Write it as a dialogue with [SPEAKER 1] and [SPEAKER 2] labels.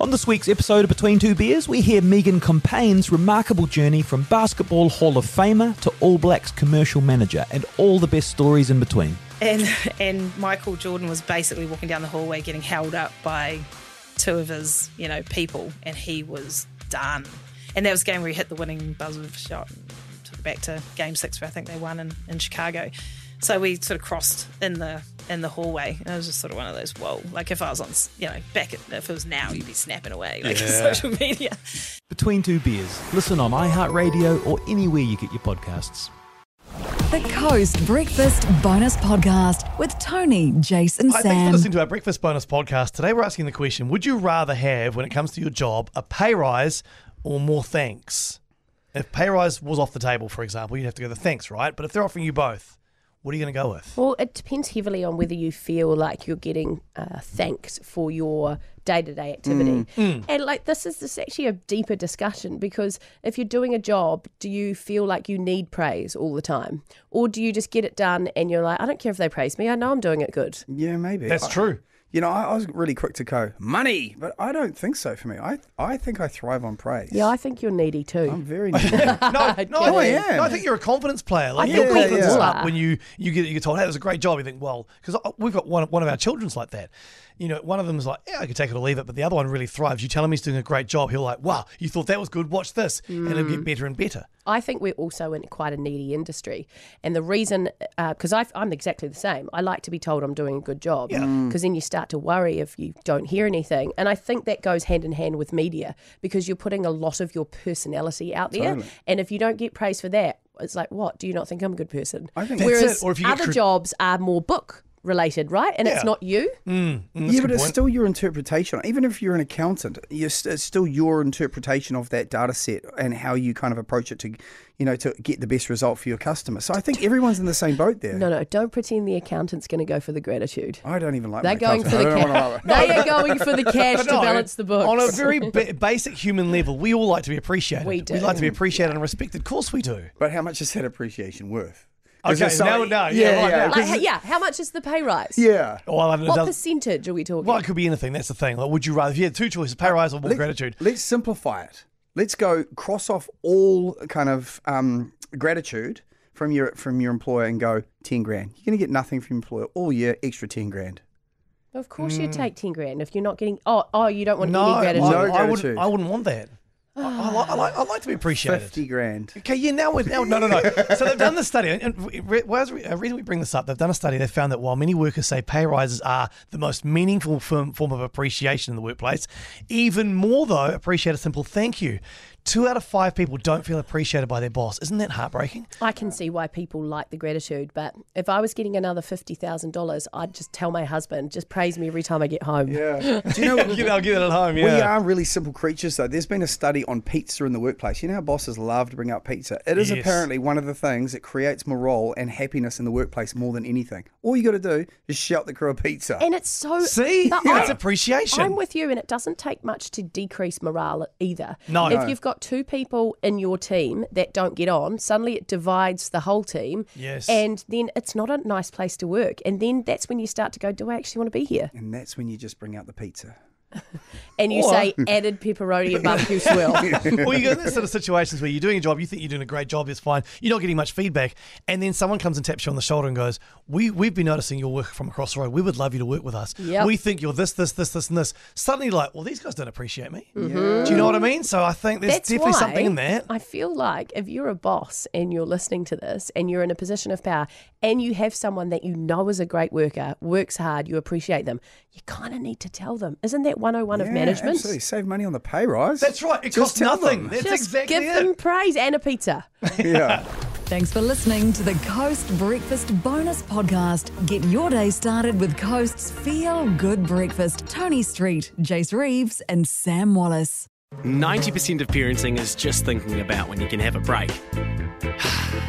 [SPEAKER 1] On this week's episode of Between Two Beers, we hear Megan Compain's remarkable journey from Basketball Hall of Famer to All Blacks commercial manager and all the best stories in between.
[SPEAKER 2] and and Michael Jordan was basically walking down the hallway getting held up by two of his you know people, and he was done. And that was the game where he hit the winning buzzer shot, and took it back to Game Six, where I think they won in, in Chicago. So we sort of crossed in the in the hallway, and it was just sort of one of those whoa. Like if I was on, s- you know, back at, if it was now, you'd be snapping away like social media.
[SPEAKER 1] Between Two Beers, listen on iHeartRadio or anywhere you get your podcasts.
[SPEAKER 3] The Coast Breakfast Bonus Podcast with Tony, Jason,
[SPEAKER 4] Hi, thanks for
[SPEAKER 3] Sam.
[SPEAKER 4] listening to our Breakfast Bonus podcast. Today we're asking the question Would you rather have, when it comes to your job, a pay rise or more thanks? If pay rise was off the table, for example, you'd have to go the thanks, right? But if they're offering you both, what are you going to go with?
[SPEAKER 5] Well, it depends heavily on whether you feel like you're getting uh, thanks for your day to day activity. And like this is this is actually a deeper discussion because if you're doing a job, do you feel like you need praise all the time? Or do you just get it done and you're like, I don't care if they praise me, I know I'm doing it good.
[SPEAKER 6] Yeah, maybe.
[SPEAKER 4] That's
[SPEAKER 6] I-
[SPEAKER 4] true.
[SPEAKER 6] You know, I, I was really quick to go money, but I don't think so for me. I I think I thrive on praise.
[SPEAKER 5] Yeah, I think you're needy too.
[SPEAKER 6] I'm very.
[SPEAKER 4] No,
[SPEAKER 6] needy.
[SPEAKER 4] no,
[SPEAKER 5] Oh,
[SPEAKER 4] I,
[SPEAKER 6] yeah.
[SPEAKER 4] no, I think you're a confidence player. Like
[SPEAKER 5] I
[SPEAKER 4] your
[SPEAKER 5] think
[SPEAKER 6] we
[SPEAKER 4] confidence is
[SPEAKER 6] all
[SPEAKER 5] are.
[SPEAKER 4] up when you you get you get told, "Hey, it was a great job." You think, "Well," because we've got one one of our children's like that. You know, one of them's like, "Yeah, I could take it or leave it," but the other one really thrives. You tell him he's doing a great job, he'll like, "Wow, you thought that was good. Watch this," and it'll get better and better.
[SPEAKER 5] I think we're also in quite a needy industry. And the reason, because I I'm exactly the same, I like to be told I'm doing a good job. Because then you start to worry if you don't hear anything. And I think that goes hand in hand with media because you're putting a lot of your personality out there. And if you don't get praise for that, it's like, what? Do you not think I'm a good person? I
[SPEAKER 6] think-
[SPEAKER 4] That's
[SPEAKER 5] Whereas
[SPEAKER 4] it, or if you get
[SPEAKER 5] other
[SPEAKER 4] cri-
[SPEAKER 5] jobs are more book related, right? And
[SPEAKER 4] Yeah. Mm.
[SPEAKER 5] it's not you.
[SPEAKER 6] yeah, but it's
[SPEAKER 4] point.
[SPEAKER 6] still your interpretation. Even if you're an accountant, you're st- it's still your interpretation of that data set and how you kind of approach it to, you know, to get the best result for your customer. So I think everyone's in the same boat there.
[SPEAKER 5] No, no, don't pretend the accountant's going to go for the gratitude.
[SPEAKER 4] Oh,
[SPEAKER 6] I don't even like.
[SPEAKER 5] They're
[SPEAKER 6] my
[SPEAKER 5] going for the
[SPEAKER 6] accountant. I don't
[SPEAKER 5] cash.
[SPEAKER 6] wanna-
[SPEAKER 5] They are going for the cash to
[SPEAKER 4] No,
[SPEAKER 5] balance the books.
[SPEAKER 4] On a very ba- basic human level, we all like to be appreciated.
[SPEAKER 5] We do.
[SPEAKER 4] We like to be appreciated and respected. Of course, we do.
[SPEAKER 6] But how much is that appreciation worth? Is
[SPEAKER 4] Okay,
[SPEAKER 6] it so-
[SPEAKER 4] now, no, yeah, right now.
[SPEAKER 5] Like, h- yeah, how much is the pay rise?
[SPEAKER 6] yeah.
[SPEAKER 4] Well, I don't know,
[SPEAKER 5] What
[SPEAKER 4] does-
[SPEAKER 5] percentage are we talking?
[SPEAKER 4] well, it could be anything. That's the thing. Like, would you rather? If you had two choices, pay rise or more gratitude.
[SPEAKER 6] Let's simplify it. Let's go cross off all kind of um, gratitude from your from your employer and go ten grand. You're going to get nothing from your employer all year, extra ten grand.
[SPEAKER 5] of course, you take ten grand if you're not getting. Oh, oh, you don't want
[SPEAKER 4] No,
[SPEAKER 5] any gratitude.
[SPEAKER 4] I,
[SPEAKER 6] No
[SPEAKER 4] I
[SPEAKER 6] gratitude.
[SPEAKER 4] wouldn't. I wouldn't want that. I, I, like, I, like, I like to be appreciated.
[SPEAKER 6] Fifty grand.
[SPEAKER 4] Okay, yeah, now we're now no no no. so they've done the study, and- and re- where's the reason we bring this up? They've done a study. They found that while many workers say pay rises are the most meaningful form, form of appreciation in the workplace, even more though appreciate a simple thank you. Two out of five people don't feel appreciated by their boss. Isn't that heartbreaking?
[SPEAKER 5] I can see why people like the gratitude, but if I was getting another fifty thousand dollars, I'd just tell my husband, just praise me every time I get home.
[SPEAKER 6] Yeah. Do you know?
[SPEAKER 4] You know, I'll get it at home. Yeah.
[SPEAKER 6] We are really simple creatures, though. There's been a study on pizza in the workplace. You know, how bosses love to bring up pizza. It is
[SPEAKER 4] Yes.
[SPEAKER 6] apparently one of the things that creates morale and happiness in the workplace more than anything. All you got to do is shout the crew a pizza.
[SPEAKER 5] And it's so
[SPEAKER 4] See,
[SPEAKER 5] but
[SPEAKER 4] that's
[SPEAKER 5] I-
[SPEAKER 4] appreciation.
[SPEAKER 5] I'm with you, and it doesn't take much to decrease morale either.
[SPEAKER 4] No.
[SPEAKER 5] if you've got two people in your team that don't get on, suddenly it divides the whole team.
[SPEAKER 4] Yes.
[SPEAKER 5] and then it's not a nice place to work, and then that's when you start to go, "Do I actually want to be here?"
[SPEAKER 6] and that's when you just bring out the pizza.
[SPEAKER 5] And you
[SPEAKER 4] Or-
[SPEAKER 5] say, "Added pepperoni and barbecue swirl."
[SPEAKER 4] well, you go in those sort of situations where you're doing a job, you think you're doing a great job, it's fine, you're not getting much feedback, and then someone comes and taps you on the shoulder and goes, "We we've been noticing your work from across the road. We would love you to work with us.
[SPEAKER 5] Yep.
[SPEAKER 4] We think you're this, this, this, this, and this." Suddenly, you're like, well, these guys don't appreciate me. Do you know what I mean? So I think there's
[SPEAKER 5] Mm-hmm. That's
[SPEAKER 4] definitely
[SPEAKER 5] why
[SPEAKER 4] something in that.
[SPEAKER 5] I feel like if you're a boss and you're listening to this and you're in a position of power and you have someone that you know is a great worker, works hard, you appreciate them, you kind of need to tell them. Isn't that 101 of
[SPEAKER 6] Yeah,
[SPEAKER 5] management?
[SPEAKER 6] Absolutely. Save money on the pay rise.
[SPEAKER 4] That's right. It
[SPEAKER 6] Just
[SPEAKER 4] costs
[SPEAKER 6] tell
[SPEAKER 4] nothing.
[SPEAKER 6] them.
[SPEAKER 4] That's
[SPEAKER 5] Just
[SPEAKER 4] exactly
[SPEAKER 5] give
[SPEAKER 4] it.
[SPEAKER 5] them praise and a pizza.
[SPEAKER 6] Yeah.
[SPEAKER 3] Thanks for listening to the Coast Breakfast Bonus Podcast. Get your day started with Coast's Feel Good Breakfast. Tony Street, Jace Reeves, and Sam Wallace.
[SPEAKER 7] 90% of parenting is just thinking about when you can have a break.